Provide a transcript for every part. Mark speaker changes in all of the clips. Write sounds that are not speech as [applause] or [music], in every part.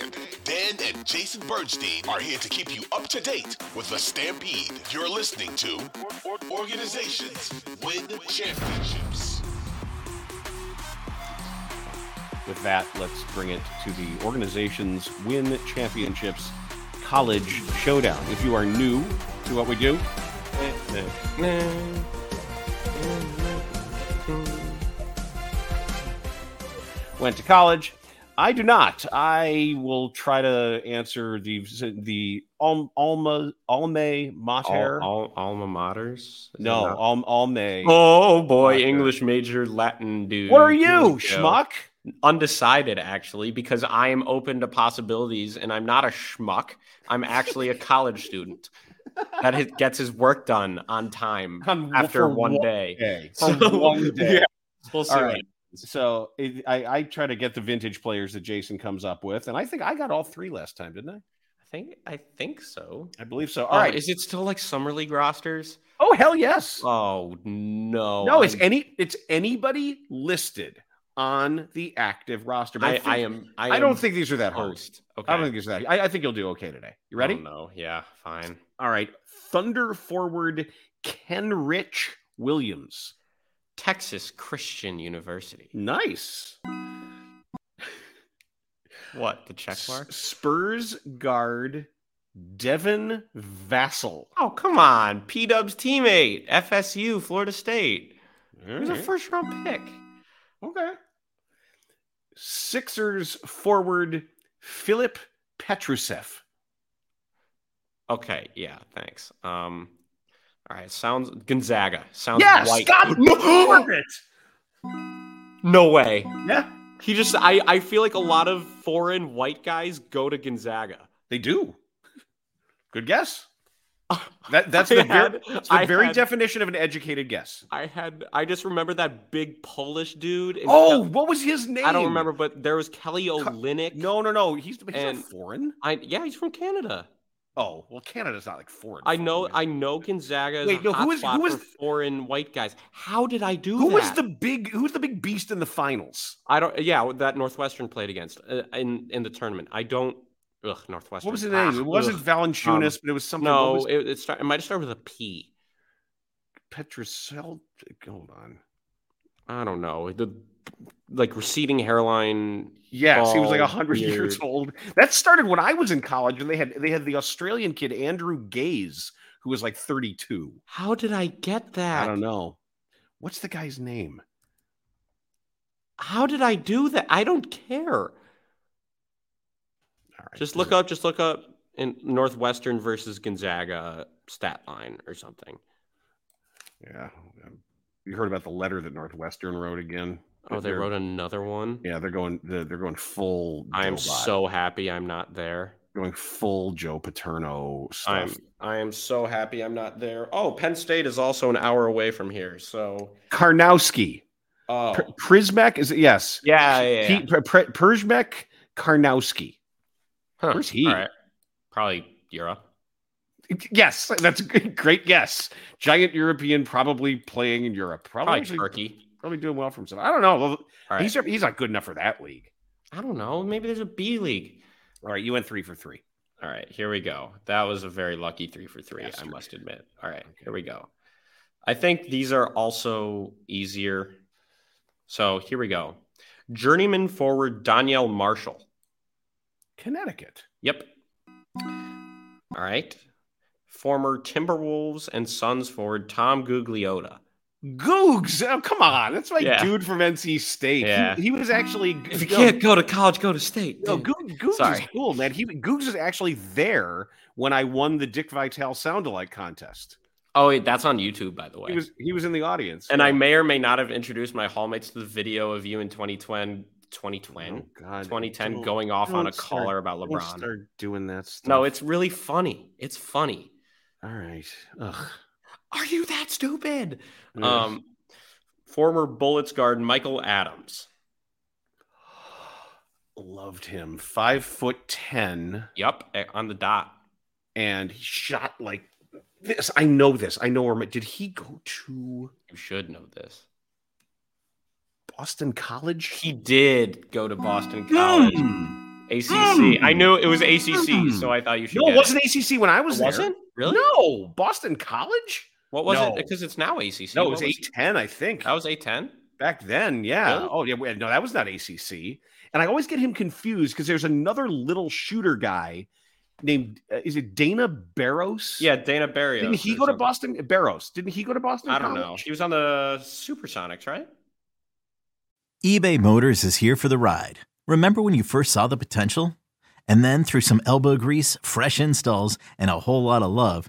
Speaker 1: and Dan and Jason Bernstein are here to keep you up to date with the Stampede. You're listening to Organizations Win Championships.
Speaker 2: With that, let's bring it to the organization's Win Championships College Showdown. If you are new to what we do, went to college. I do not. I will try to answer the the Al- Alma Alma Mater.
Speaker 3: All, all alma maters?
Speaker 2: no, Al- Alma.
Speaker 3: Oh boy,
Speaker 2: Mater.
Speaker 3: English major, Latin dude.
Speaker 2: what are you,
Speaker 3: Here we go.
Speaker 2: schmuck?
Speaker 3: Undecided, actually, because I am open to possibilities, and I'm not a schmuck. I'm actually a college student that hit- gets his work done on [laughs] time
Speaker 2: On-
Speaker 3: after
Speaker 2: for
Speaker 3: one
Speaker 2: one
Speaker 3: day.
Speaker 2: For
Speaker 3: [laughs] So,
Speaker 2: [laughs] one day.
Speaker 3: yeah, [laughs] we'll see.
Speaker 2: All right. So it, I, I try to get the vintage players that Jason comes up with, and I think I got all three last time, didn't I?
Speaker 3: I think I think so. Um,
Speaker 2: I believe so.
Speaker 3: All right,
Speaker 2: Is
Speaker 3: is it still like summer league rosters?
Speaker 2: oh hell yes.
Speaker 3: Oh no,
Speaker 2: no, it's
Speaker 3: I'm-
Speaker 2: any it's anybody listed on the active roster. But
Speaker 3: I,
Speaker 2: think-
Speaker 3: I am. I,
Speaker 2: I, don't
Speaker 3: am
Speaker 2: think these are that hard.
Speaker 3: host. Okay,
Speaker 2: I don't think these are that. I, I think you'll do okay today. You ready?
Speaker 3: No, yeah, fine.
Speaker 2: Oh, All right. Thunder forward Kenrich Williams.
Speaker 3: Texas Christian University.
Speaker 2: Nice.
Speaker 3: What? The check mark?
Speaker 2: S- Spurs guard Devin Vassell.
Speaker 3: Oh, come on. P Dub's teammate, FSU, Florida State. He was a
Speaker 2: Alright.
Speaker 3: first round pick.
Speaker 2: Okay. Sixers forward Philip Petrusev.
Speaker 3: Okay, yeah, thanks. Um, all right, sounds Gonzaga. Sounds white. [laughs]
Speaker 2: God, no.
Speaker 3: No way.
Speaker 2: yeah,
Speaker 3: He just I, I feel like a lot of foreign white guys go to Gonzaga.
Speaker 2: they do. Good guess. That that's the very,
Speaker 3: I had-
Speaker 2: that's the
Speaker 3: I
Speaker 2: very
Speaker 3: had-
Speaker 2: definition of an educated guess.
Speaker 3: I had I just remember that big Polish dude. and
Speaker 2: Oh,
Speaker 3: Ke-
Speaker 2: what was his name?
Speaker 3: I don't remember, but there was Kelly Olynyk.
Speaker 2: No, no, no. He's, he's
Speaker 3: And-
Speaker 2: not foreign.
Speaker 3: I yeah, he's from Canada.
Speaker 2: Oh, well, Canada's not like foreign.
Speaker 3: I
Speaker 2: foreign,
Speaker 3: know,
Speaker 2: is it?
Speaker 3: I know Gonzaga is
Speaker 2: Wait,
Speaker 3: a
Speaker 2: no, who is-
Speaker 3: hotspot
Speaker 2: who is-
Speaker 3: for foreign white guys. How did I do
Speaker 2: who
Speaker 3: that?
Speaker 2: was the big who's the big beast in the finals?
Speaker 3: I don't. Yeah, that Northwestern played against uh, in in the tournament. I don't. Ugh, Northwestern.
Speaker 2: What was his
Speaker 3: Ah,
Speaker 2: name? It wasn't
Speaker 3: ugh.
Speaker 2: Valanciunas,
Speaker 3: Um,
Speaker 2: but it was something.
Speaker 3: No,
Speaker 2: what was
Speaker 3: it, it, start, it might have started with a P.
Speaker 2: Petrusel. Hold on.
Speaker 3: I don't know. The like receding hairline.
Speaker 2: Yes, he was like
Speaker 3: Bald,
Speaker 2: hundred years
Speaker 3: beard.
Speaker 2: old. That started when I was in college, and they had they had the Australian kid Andrew Gaze, who was like thirty two.
Speaker 3: How did I get that?
Speaker 2: I don't know. What's the guy's name?
Speaker 3: How did I do that? I don't care.
Speaker 2: All right,
Speaker 3: Just look up. Just look up in Northwestern versus Gonzaga stat line or something. Oh,
Speaker 2: Yeah, you heard about the letter that Northwestern wrote again.
Speaker 3: Oh, they
Speaker 2: They're-
Speaker 3: wrote another one.
Speaker 2: Yeah, they're going. They're, they're going full.
Speaker 3: I am
Speaker 2: Dilbot.
Speaker 3: so happy I'm not there.
Speaker 2: going full Joe Paterno stuff.
Speaker 3: I'm I am so happy I'm not there. Oh, Penn State is also an hour away from here. So
Speaker 2: Karnowski,
Speaker 3: oh
Speaker 2: Pr- Prismek is it? Yes,
Speaker 3: yeah, yeah, yeah.
Speaker 2: Pete Pr- Pr- Prismek Karnowski.
Speaker 3: Huh.
Speaker 2: where's he?
Speaker 3: All right. Probably Europe.
Speaker 2: Yes, that's a great, great guess. Giant European, probably playing in Europe. Probably
Speaker 3: Probably
Speaker 2: actually-
Speaker 3: Turkey.
Speaker 2: probably doing well for himself. I don't know. Well,
Speaker 3: All right.
Speaker 2: He's he's not good enough for that league.
Speaker 3: I don't know. Maybe there's a B league.
Speaker 2: All right, you went three for three.
Speaker 3: All right, here we go. That was a very lucky three for three, I
Speaker 2: Bastard.
Speaker 3: must admit. All right, here we go. I think these are also easier. So here we go. Journeyman forward Danielle Marshall.
Speaker 2: Connecticut.
Speaker 3: Yep. All right. Former Timberwolves and Suns forward Tom Gugliotta.
Speaker 2: Googs. Oh, come on. That's my
Speaker 3: Yeah.
Speaker 2: dude from NC State. He-
Speaker 3: Yeah.
Speaker 2: He, was actually.
Speaker 3: [laughs] If you
Speaker 2: no,
Speaker 3: can't go to college, go to state.
Speaker 2: No,
Speaker 3: dude.
Speaker 2: Goog, Googs is
Speaker 3: Sorry.
Speaker 2: cool, man. He Googs is actually there when I won the Dick Vitale soundalike contest.
Speaker 3: Oh, wait, that's on YouTube, by the way.
Speaker 2: He was he was in the audience.
Speaker 3: and I may or may not have introduced my hallmates to the video of you in 2020, 2010,
Speaker 2: Oh, God.
Speaker 3: 2010
Speaker 2: Don't-
Speaker 3: going off on
Speaker 2: don't
Speaker 3: a
Speaker 2: start-
Speaker 3: caller about
Speaker 2: don't
Speaker 3: LeBron.
Speaker 2: Start doing that stuff.
Speaker 3: No, it's really funny. It's funny.
Speaker 2: all right. Ugh.
Speaker 3: Are you that stupid?
Speaker 2: Ugh.
Speaker 3: Um, former Bullets guard Michael Adams.
Speaker 2: [sighs] loved him. Five foot ten,
Speaker 3: Yep, eh, on the dot.
Speaker 2: and he shot like this. I know this. I know where. my- Did he go to
Speaker 3: You should know this.
Speaker 2: Boston College? um,
Speaker 3: He did go to Boston
Speaker 2: Mm. Hmm.
Speaker 3: College. ACC. I knew it was ACC, so I thought you should.
Speaker 2: Mm. No,
Speaker 3: get
Speaker 2: it wasn't ACC when I was
Speaker 3: It
Speaker 2: there.
Speaker 3: wasn't? Really?
Speaker 2: No, Boston College.
Speaker 3: What was
Speaker 2: No.
Speaker 3: it? Because it's now ACC.
Speaker 2: No, it
Speaker 3: What
Speaker 2: was eight ten, I think.
Speaker 3: That was A10.
Speaker 2: Back then, yeah.
Speaker 3: Really?
Speaker 2: Oh, yeah. wait, No, that was not ACC. And I always get him confused because there's another little shooter guy named uh, is it Dana Barros?
Speaker 3: Yeah, Dana Barrios.
Speaker 2: Didn't he
Speaker 3: or
Speaker 2: go to
Speaker 3: something.
Speaker 2: Boston? Barros? Didn't he go to Boston?
Speaker 3: I don't know.
Speaker 2: College?
Speaker 3: He was on the Supersonics, right?
Speaker 4: eBay Motors is here for the ride. Remember when you first saw the potential? And then, through some elbow grease, fresh installs, and a whole lot of love,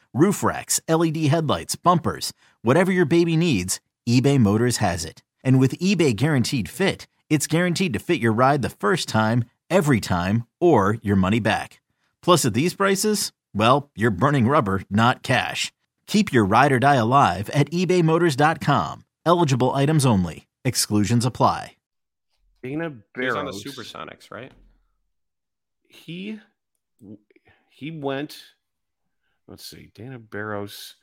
Speaker 4: roof racks, LED headlights, bumpers, whatever your baby needs, eBay Motors has it. And with eBay Guaranteed Fit, it's guaranteed to fit your ride the first time, every time, or your money back. Plus, at these prices, well, you're burning rubber, not cash. Keep your ride or die alive at ebaymotors.com. Eligible items only. Exclusions apply.
Speaker 2: Dana
Speaker 3: He was on the
Speaker 2: Barros.
Speaker 3: Supersonics, right?
Speaker 2: He he went. Let's see, Dana Barros,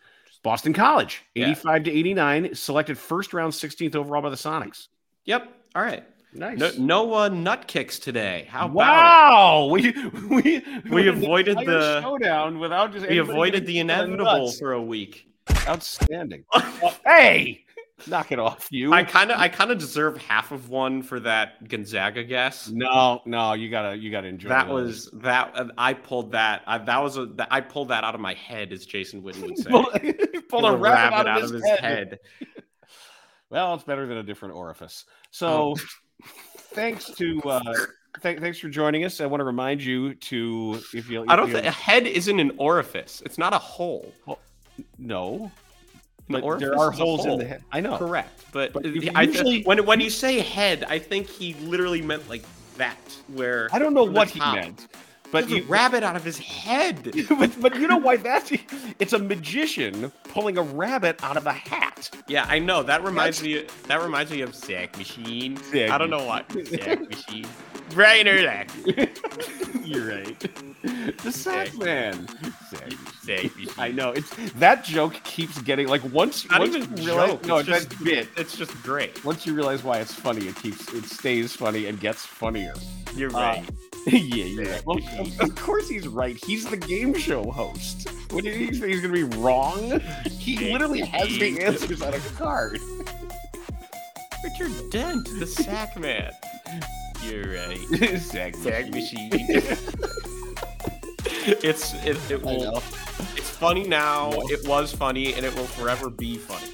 Speaker 2: Boston College,
Speaker 3: Yeah.
Speaker 2: eighty-five to eighty-nine, selected first round, sixteenth overall by the Sonics.
Speaker 3: Yep. All right.
Speaker 2: Nice.
Speaker 3: No, Noah nut kicks today. How about it?
Speaker 2: wow, [laughs] we we [laughs]
Speaker 3: We avoided
Speaker 2: entire
Speaker 3: the-
Speaker 2: showdown without just
Speaker 3: We
Speaker 2: anybody getting
Speaker 3: avoided the
Speaker 2: each other
Speaker 3: inevitable
Speaker 2: nuts.
Speaker 3: for a week.
Speaker 2: Outstanding.
Speaker 3: I
Speaker 2: [laughs] hey, knock it off, you.
Speaker 3: kind of, I kind of deserve half of one for that Gonzaga guess.
Speaker 2: no, no, you gotta you gotta enjoy
Speaker 3: That
Speaker 2: the-
Speaker 3: was that. uh, I pulled that. I, that was a. That, I pulled that out of my head, as Jason Witten would say.
Speaker 2: Pull- he [laughs] pulled a rabbit, out, of his, head.
Speaker 3: head.
Speaker 2: Well, it's better than a different orifice. So,
Speaker 3: Oh. [laughs]
Speaker 2: thanks to uh, th- thanks for joining us. I want to remind you to if you
Speaker 3: I don't
Speaker 2: if you-
Speaker 3: think a head isn't an orifice. It's not a hole.
Speaker 2: no,
Speaker 3: An
Speaker 2: but
Speaker 3: orifice
Speaker 2: there are
Speaker 3: is a
Speaker 2: holes in
Speaker 3: hole.
Speaker 2: the head. I know.
Speaker 3: Correct, but,
Speaker 2: But you
Speaker 3: I
Speaker 2: usually-
Speaker 3: think when when you say head, I think he literally meant like that, where
Speaker 2: I don't know
Speaker 3: from the
Speaker 2: what he
Speaker 3: top.
Speaker 2: meant,
Speaker 3: But
Speaker 2: but you.
Speaker 3: rabbit out of his head.
Speaker 2: [laughs] but, but you know why that's it's a magician pulling a rabbit out of a hat.
Speaker 3: Yeah, I know. That reminds me. That reminds me of Zack Machine.
Speaker 2: Zack
Speaker 3: I don't know what Zack Machine. Brainer Zack.
Speaker 2: You're right. [laughs] The sack man.
Speaker 3: Zack Machine.
Speaker 2: [laughs] I know it's that joke keke getting like once
Speaker 3: Not
Speaker 2: once
Speaker 3: even
Speaker 2: you
Speaker 3: a
Speaker 2: realize
Speaker 3: joke,
Speaker 2: no
Speaker 3: it's
Speaker 2: that
Speaker 3: just-
Speaker 2: bit
Speaker 3: It's just great.
Speaker 2: once you realize why it's funny, it keeps it stays funny and gets [laughs] funnier.
Speaker 3: You're
Speaker 2: Uh,
Speaker 3: right.
Speaker 2: yeah, you're right. Well, of- of course he's right. He's the game show host. What do you think he's gonna be wrong? He literally has the answers on a [laughs] card.
Speaker 3: Richard Dent, the sack man. You're right.
Speaker 2: Zach,
Speaker 3: Sack machine. [laughs] it's it, it
Speaker 2: I know.
Speaker 3: will. It's funny now. It was funny, and it will forever be funny.